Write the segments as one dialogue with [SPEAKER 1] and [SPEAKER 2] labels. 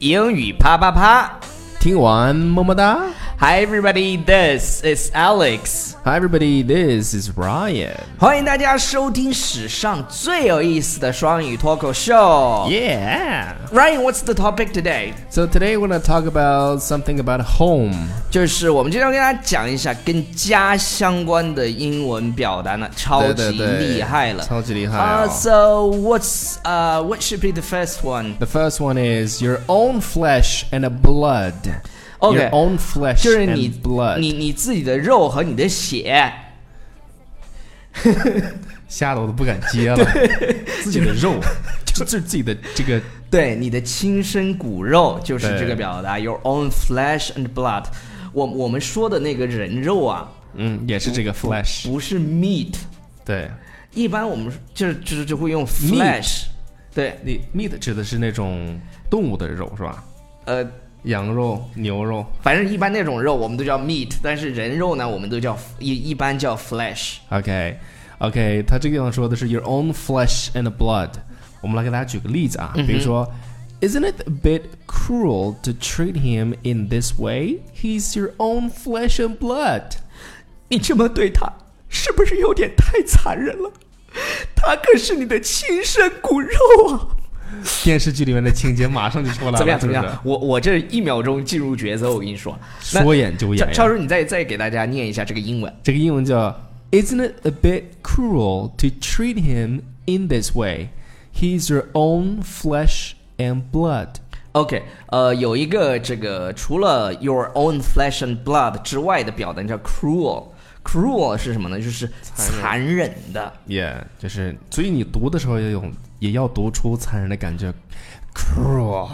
[SPEAKER 1] 英语啪啪啪
[SPEAKER 2] 听完么么哒。
[SPEAKER 1] ！Hi everybody, this is Alex。
[SPEAKER 2] Hi everybody, this is Ryan.
[SPEAKER 1] 欢迎大家收听史上最有意思的双语脱口秀。
[SPEAKER 2] Yeah.
[SPEAKER 1] Ryan, what's the topic today？
[SPEAKER 2] Oh. So today we're gonna talk about something about home.
[SPEAKER 1] 就是我们今天要跟大家讲一下跟家相关的英文表达呢，超
[SPEAKER 2] 对
[SPEAKER 1] 级
[SPEAKER 2] 对对
[SPEAKER 1] 厉害了。
[SPEAKER 2] 超级厉害
[SPEAKER 1] 啊、
[SPEAKER 2] 哦
[SPEAKER 1] s o what's uh what should be the first one？
[SPEAKER 2] The first one is your own flesh and blood.
[SPEAKER 1] Okay.
[SPEAKER 2] Your own flesh
[SPEAKER 1] 就是你
[SPEAKER 2] and blood.
[SPEAKER 1] 你你自己的肉和你的血。
[SPEAKER 2] 吓得我都不敢接了。 自己的肉，就就是自己的这个
[SPEAKER 1] 对，你的亲生骨肉就是
[SPEAKER 2] 对
[SPEAKER 1] 这个表达，your own flesh and blood。我我们说的那个人肉啊，
[SPEAKER 2] 嗯，也是这个 flesh。
[SPEAKER 1] 不是 meat，
[SPEAKER 2] 对，
[SPEAKER 1] 一般我们就是就是就会用
[SPEAKER 2] Meat
[SPEAKER 1] flesh。对，
[SPEAKER 2] 你 meat 指的是那种动物的肉是吧？
[SPEAKER 1] 呃，
[SPEAKER 2] 羊肉、牛肉。
[SPEAKER 1] 反正一般那种肉我们都叫 meat，但是人肉呢，我们都叫一一般叫 flesh。
[SPEAKER 2] OK OK，它这个地方说的是 your own flesh and blood。我们来给大家举个例子
[SPEAKER 1] 嗯
[SPEAKER 2] 啊，比如说。Isn't it a bit cruel to treat him in this way? He's your own flesh and blood.
[SPEAKER 1] 你这么对他，是不是有点太残忍了？他可是你的亲生骨肉啊！
[SPEAKER 2] 电视剧里面的情节马上就出来了，
[SPEAKER 1] 怎么样？
[SPEAKER 2] 是
[SPEAKER 1] 怎么
[SPEAKER 2] 不是
[SPEAKER 1] 样？我我这一秒钟进入角色，我跟你说，那
[SPEAKER 2] 说演就演
[SPEAKER 1] 超
[SPEAKER 2] 呀。
[SPEAKER 1] 超叔，你再再给大家念一下这个英文。
[SPEAKER 2] 这个英文叫 Isn't it a bit cruel to treat him in this way? He's your own flesh and blood.
[SPEAKER 1] OK，呃，有一个这个除了 your own flesh and blood 之外的表达叫 cruel。cruel 是什么呢？就是残忍的。
[SPEAKER 2] Yeah，就是所以你读的时候也有也要读出残忍的感觉，cruel。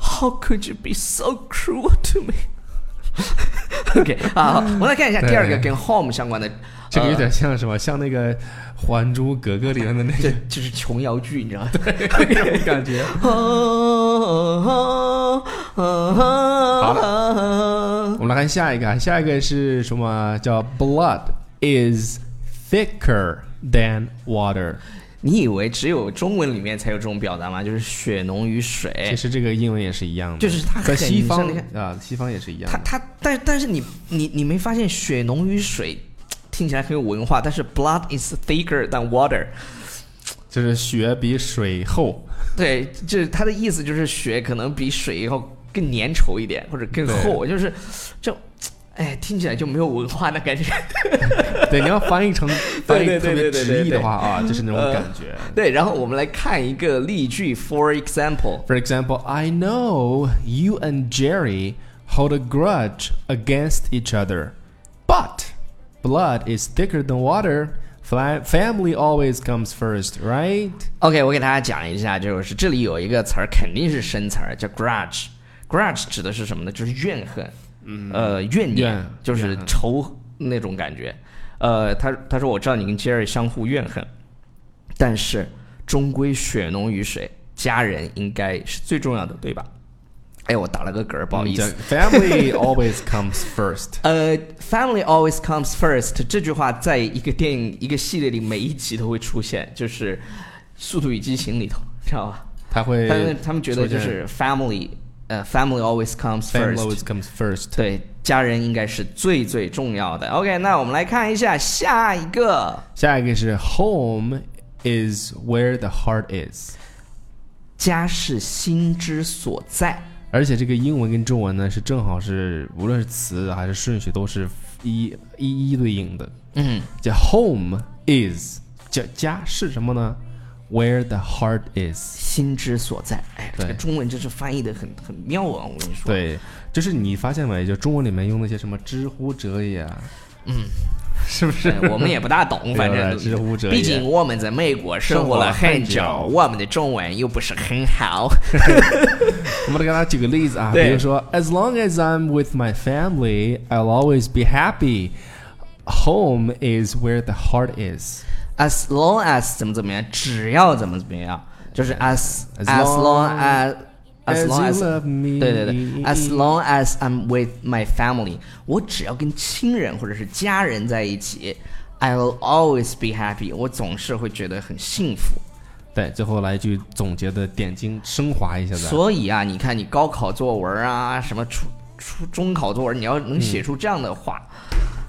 [SPEAKER 1] How could you be so cruel to me? OK，好，好我们来看一下第二个
[SPEAKER 2] 对
[SPEAKER 1] 跟 home 相关的，
[SPEAKER 2] 这个有
[SPEAKER 1] 呃
[SPEAKER 2] 点像什么？像那个《还珠格格》里面的那
[SPEAKER 1] 呃这
[SPEAKER 2] 个
[SPEAKER 1] 就是琼瑶剧，你知道吗？
[SPEAKER 2] 那种 感觉。
[SPEAKER 1] 好
[SPEAKER 2] 我们来看下一个啊，下一个是什么？啊叫 Blood is thicker than water。
[SPEAKER 1] 你以为只有中文里面才有这种表达吗？就是血浓于
[SPEAKER 2] 其
[SPEAKER 1] 水，
[SPEAKER 2] 实这个英文也哎是一样的，
[SPEAKER 1] 就是它
[SPEAKER 2] 在
[SPEAKER 1] 很
[SPEAKER 2] 西方
[SPEAKER 1] 你看
[SPEAKER 2] 啊，西方也是一样
[SPEAKER 1] 它
[SPEAKER 2] 的。
[SPEAKER 1] 它，但但是你你你没发现血浓于水听起来很有文化，但是 blood is thicker than water，
[SPEAKER 2] 就是雪比水厚，
[SPEAKER 1] 对，就是它的意思就是血可能比水要更粘稠一点，或者更
[SPEAKER 2] 对
[SPEAKER 1] 厚，就是就哎听起来就没有文化的感觉。
[SPEAKER 2] 对，你要翻译成翻
[SPEAKER 1] 对
[SPEAKER 2] 译
[SPEAKER 1] 对
[SPEAKER 2] 特别
[SPEAKER 1] 对对对
[SPEAKER 2] 直译
[SPEAKER 1] 对
[SPEAKER 2] 的话啊，就是那种
[SPEAKER 1] 呃
[SPEAKER 2] 感觉。
[SPEAKER 1] 对，然后我们来看一个例句，for example。
[SPEAKER 2] For example, I know you and Jerry hold a grudge against each other, but blood is thicker than water. Fla- Family always comes first, right?
[SPEAKER 1] OK，我给大家讲一下，就是这里有一个词儿，肯定是生词儿，叫 grudge。grudge 指的是什么呢？就是怨恨，呃，怨念
[SPEAKER 2] 怨，
[SPEAKER 1] 就是仇那种感觉。呃，他他说我知道你跟 Jerry 相互怨恨，但是终归血浓于水，家人应该是最重要的，对吧？哎，我打了个嗝儿，不
[SPEAKER 2] 嗯
[SPEAKER 1] 好意思。
[SPEAKER 2] Family always comes first.
[SPEAKER 1] 呃，family always comes first 这句话在一个电影一个系列里每一集都会出现，就是《速度与激情》里头，知道吧？
[SPEAKER 2] 他会
[SPEAKER 1] 他们他们觉得就
[SPEAKER 2] 出现
[SPEAKER 1] 是 family，呃，family always comes
[SPEAKER 2] family
[SPEAKER 1] first，
[SPEAKER 2] always comes first.
[SPEAKER 1] 对，家人应该是最最重要的。OK，那我们来看一下下一个，
[SPEAKER 2] 下一个是 home is where the heart is.
[SPEAKER 1] 家是心之所在。
[SPEAKER 2] 而且这个英文跟中文呢是正好是无论是词还是顺序都是一一一对应的。
[SPEAKER 1] 嗯，
[SPEAKER 2] 叫 home is 叫家是什么呢？Where the heart is。
[SPEAKER 1] 心之所在。哎，这
[SPEAKER 2] 对
[SPEAKER 1] 个中文真是翻译的很很妙啊！我跟你说，，
[SPEAKER 2] 对，就是你发现没？就中文里面用那些什么知乎者也啊，
[SPEAKER 1] 是不是？我们也不 大懂，反
[SPEAKER 2] 有
[SPEAKER 1] 正
[SPEAKER 2] 点知乎者也
[SPEAKER 1] 毕竟我们在美国生活了很久
[SPEAKER 2] 生活了很，久
[SPEAKER 1] 我们的中文又不是很好。
[SPEAKER 2] 我们来给大家举个例子啊，比
[SPEAKER 1] 对
[SPEAKER 2] 如说，As long as I'm with my family, I'll always be happy. Home is where the heart is.
[SPEAKER 1] as long as 怎么怎么样，只要怎么怎么样，就是 as
[SPEAKER 2] As
[SPEAKER 1] as long
[SPEAKER 2] long
[SPEAKER 1] as as long
[SPEAKER 2] you
[SPEAKER 1] as
[SPEAKER 2] love me，
[SPEAKER 1] 对对对，as long as I'm with my family，我只要跟亲人或者是家人在一起，I'll always be happy，我总是会觉得很幸福。
[SPEAKER 2] 对，最后来一句总结的点睛升华一下子。
[SPEAKER 1] 所以啊，你看你高考作文啊，什么初初中考作文，你要能写出这样的话，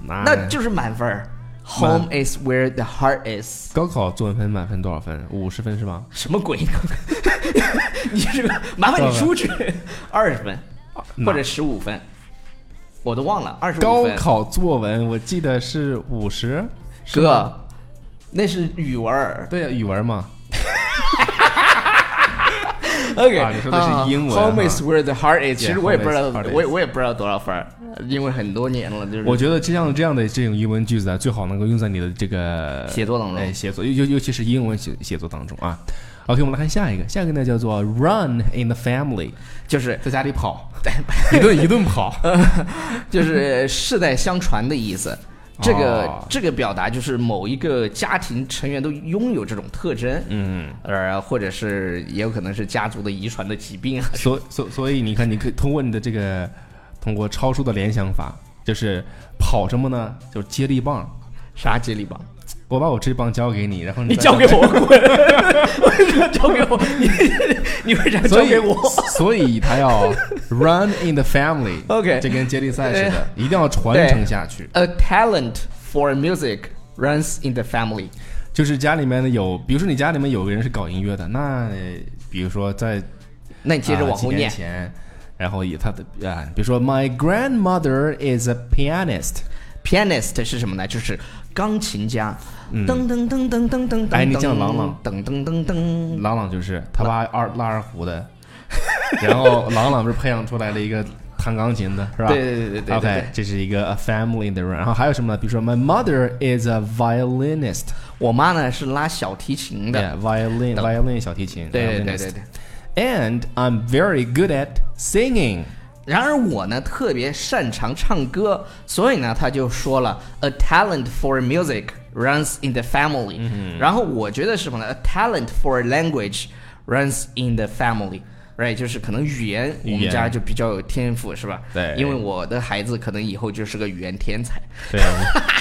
[SPEAKER 2] 嗯
[SPEAKER 1] 那就是满分儿。Home is where the heart is。
[SPEAKER 2] 高考作文分满分多少分？五十分是吗？
[SPEAKER 1] 什么鬼？ 你这个麻烦你出去，二十分或者十五分，我都忘了。二十五
[SPEAKER 2] 高
[SPEAKER 1] 分，
[SPEAKER 2] 考作文我记得是五十，是吗，
[SPEAKER 1] 哥，那是语文儿。
[SPEAKER 2] 对呀，语文嘛，
[SPEAKER 1] OK，
[SPEAKER 2] 啊你说的是
[SPEAKER 1] 啊
[SPEAKER 2] 英文啊
[SPEAKER 1] Home is where the heart is。其
[SPEAKER 2] Yeah，
[SPEAKER 1] 实我也不知道
[SPEAKER 2] home is，heart，is
[SPEAKER 1] 我也我也不知道多少分儿，因为很多年了，就是
[SPEAKER 2] 我觉得这样这样的这种英文句子啊，最好能够用在你的这个
[SPEAKER 1] 写作当中
[SPEAKER 2] 哎，写作，尤尤尤其是英文写写作当中啊。OK，我们来看下一个，下一个呢叫做 Run in the Family，
[SPEAKER 1] 就是
[SPEAKER 2] 在家里跑，一顿一顿跑。
[SPEAKER 1] 就是世代相传的意思。这个、
[SPEAKER 2] 哦
[SPEAKER 1] 这个表达就是某一个家庭成员都拥有这种特征，嗯，呃，或者是也有可能是家族的遗传的疾病啊。
[SPEAKER 2] 所所所以你看，你可以通过你的这个，通过超叔的联想法，就是跑什么呢？就是接力棒。
[SPEAKER 1] 啥接力棒？
[SPEAKER 2] 我把我这棒交给你，然后你
[SPEAKER 1] 你
[SPEAKER 2] 再
[SPEAKER 1] 交给我滚！为什么 交给我？你你为 啥
[SPEAKER 2] 所
[SPEAKER 1] 交
[SPEAKER 2] 以
[SPEAKER 1] 给我？
[SPEAKER 2] 所以他要 run in the family。
[SPEAKER 1] OK
[SPEAKER 2] 这跟接力赛似的，一定要传承下去。
[SPEAKER 1] A talent for music runs in the family。
[SPEAKER 2] 就是家里面的有，比如说你家里面有个人是搞音乐的，那呃比如说在
[SPEAKER 1] 那你接着
[SPEAKER 2] 啊
[SPEAKER 1] 往
[SPEAKER 2] 几
[SPEAKER 1] 后
[SPEAKER 2] 年
[SPEAKER 1] 念，
[SPEAKER 2] 前，然后以他的啊，比如说 My grandmother is a pianist。
[SPEAKER 1] pianist 是什么呢？就是钢琴家。噔噔噔噔噔噔噔。
[SPEAKER 2] 嗯哎你像郎朗
[SPEAKER 1] 噔噔噔噔。
[SPEAKER 2] 朗朗就是他拉二拉二胡的，然后朗朗不是培养出来了一个弹钢琴的，是吧？
[SPEAKER 1] 对对对对对
[SPEAKER 2] OK，
[SPEAKER 1] 对
[SPEAKER 2] 这是一个 a family 的人，然后还有什么呢？比如说 My mother is a violinist，
[SPEAKER 1] 我妈呢是拉小提琴的。
[SPEAKER 2] yeah, violin violin 小提琴，
[SPEAKER 1] 对对
[SPEAKER 2] violinist
[SPEAKER 1] 对对对。
[SPEAKER 2] And I'm very good at singing。
[SPEAKER 1] 然而我呢特别擅长唱歌，所以呢他就说了，a talent for music runs in the family、然
[SPEAKER 2] 嗯
[SPEAKER 1] 后我觉得是什么呢？a talent for language runs in the family。right，就是可能语言我
[SPEAKER 2] 语
[SPEAKER 1] 们
[SPEAKER 2] 言
[SPEAKER 1] 家就比较有天赋，是吧？
[SPEAKER 2] 对
[SPEAKER 1] 因为我的孩子可能以后就是个语言天才。
[SPEAKER 2] 对，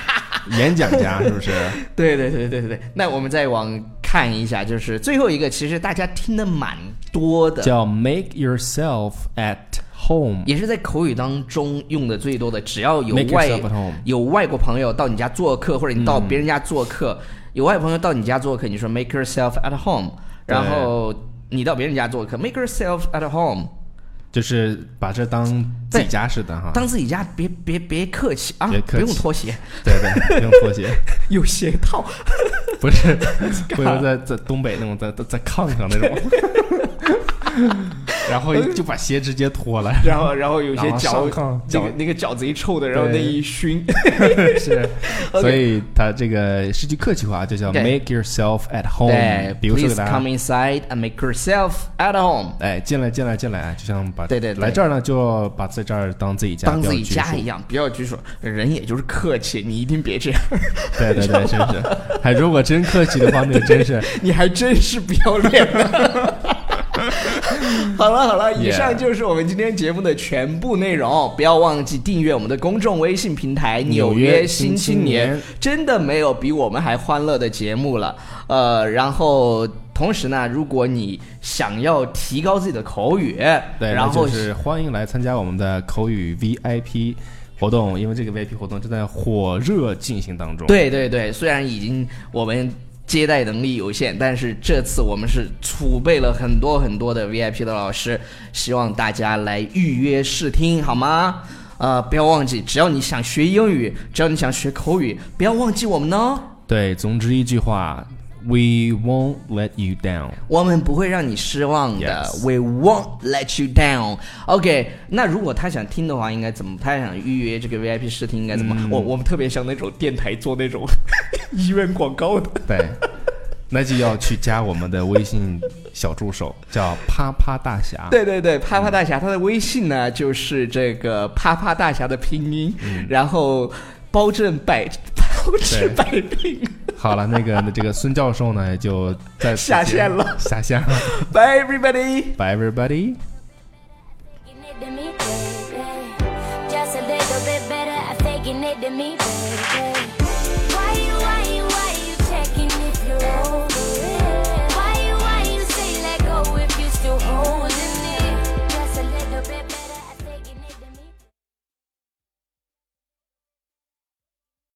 [SPEAKER 2] 演讲家是不是？
[SPEAKER 1] 对对对对对对。那我们再往看一下，就是最后一个，其实大家听的蛮多的，
[SPEAKER 2] 叫 Make yourself at home。
[SPEAKER 1] 也是在口语当中用的最多的。只要有
[SPEAKER 2] Make
[SPEAKER 1] 外
[SPEAKER 2] yourself at home
[SPEAKER 1] 有外国朋友到你家做客，或者你到别人家做客，有外国朋友到你家做客，你说 make yourself at home，
[SPEAKER 2] 对
[SPEAKER 1] 然后你到别人家做客，make yourself at home，
[SPEAKER 2] 就是把这当自己家似的哈，
[SPEAKER 1] 当自己家别别别客气啊
[SPEAKER 2] 啊别，客
[SPEAKER 1] 不
[SPEAKER 2] 气
[SPEAKER 1] 用脱鞋，
[SPEAKER 2] 对对，不用拖 鞋。
[SPEAKER 1] 有鞋 套。
[SPEAKER 2] 不是，不是在在东北那种，在在在炕上那种， 然后就把鞋直接脱了，
[SPEAKER 1] 然后，然后有些
[SPEAKER 2] 然后
[SPEAKER 1] 脚
[SPEAKER 2] 上炕，
[SPEAKER 1] 那
[SPEAKER 2] 脚
[SPEAKER 1] 个那个脚贼臭的，然后那
[SPEAKER 2] 对
[SPEAKER 1] 一熏，
[SPEAKER 2] 是，
[SPEAKER 1] OK
[SPEAKER 2] 所以它这个是句客气话，就叫
[SPEAKER 1] 对
[SPEAKER 2] make yourself at
[SPEAKER 1] 对
[SPEAKER 2] home。比如说给
[SPEAKER 1] ，please
[SPEAKER 2] 大家，
[SPEAKER 1] come inside and make yourself at home。
[SPEAKER 2] 哎，进来进来进来，就像把
[SPEAKER 1] 对对对
[SPEAKER 2] 来这儿呢，就把在这儿当自己家，
[SPEAKER 1] 当自己
[SPEAKER 2] 不要拘
[SPEAKER 1] 家
[SPEAKER 2] 束
[SPEAKER 1] 一样，不要拘束，人也就是客气，你一定别这样，
[SPEAKER 2] 对对对，真是， 还如果真客气的话，那真是
[SPEAKER 1] 你还真是不要脸了。 好了好了，以
[SPEAKER 2] Yeah
[SPEAKER 1] 上就是我们今天节目的全部内容。不要忘记订阅我们的公众微信平台《纽
[SPEAKER 2] 纽
[SPEAKER 1] 约
[SPEAKER 2] 约
[SPEAKER 1] 新
[SPEAKER 2] 新
[SPEAKER 1] 青
[SPEAKER 2] 青
[SPEAKER 1] 年》
[SPEAKER 2] 年
[SPEAKER 1] 真的没有比我们还欢乐的节目了。呃，然后同时呢，如果你想要提高自己的口语，
[SPEAKER 2] 对，
[SPEAKER 1] 然
[SPEAKER 2] 那
[SPEAKER 1] 后
[SPEAKER 2] 就是欢迎来参加我们的口语 VIP 活动，因为这个 VIP 活动正在火热进行当中。
[SPEAKER 1] 对对对，虽然已经我们接待能力有限，但是这次我们是储备了很多很多的 VIP 的老师，希望大家来预约试听，好吗？呃，不要忘记，只要你想学英语，只要你想学口语，不要忘记我们哦。
[SPEAKER 2] 对，总之一句话，We won't let you down。
[SPEAKER 1] 我们不会让你失望的
[SPEAKER 2] Yes
[SPEAKER 1] w e won't let you down。OK，那如果他想听的话，应该怎么？他想预约这个 VIP 试听应该怎么？我我们特别像那种电台做那种 医院广告的。
[SPEAKER 2] 对，那就要去加我们的微信小助手，叫啪啪大侠。
[SPEAKER 1] 对对对，啪啪大侠，他的微信呢就是这个啪啪大侠的拼音，然后包治百包治百病。
[SPEAKER 2] 好了，那个这个孙教授呢，就在此
[SPEAKER 1] 下
[SPEAKER 2] 节
[SPEAKER 1] 线了，
[SPEAKER 2] 下线了。
[SPEAKER 1] Bye everybody。
[SPEAKER 2] Bye everybody。
[SPEAKER 3] Faking it to me, baby. Just a little bit better at faking it to me, baby.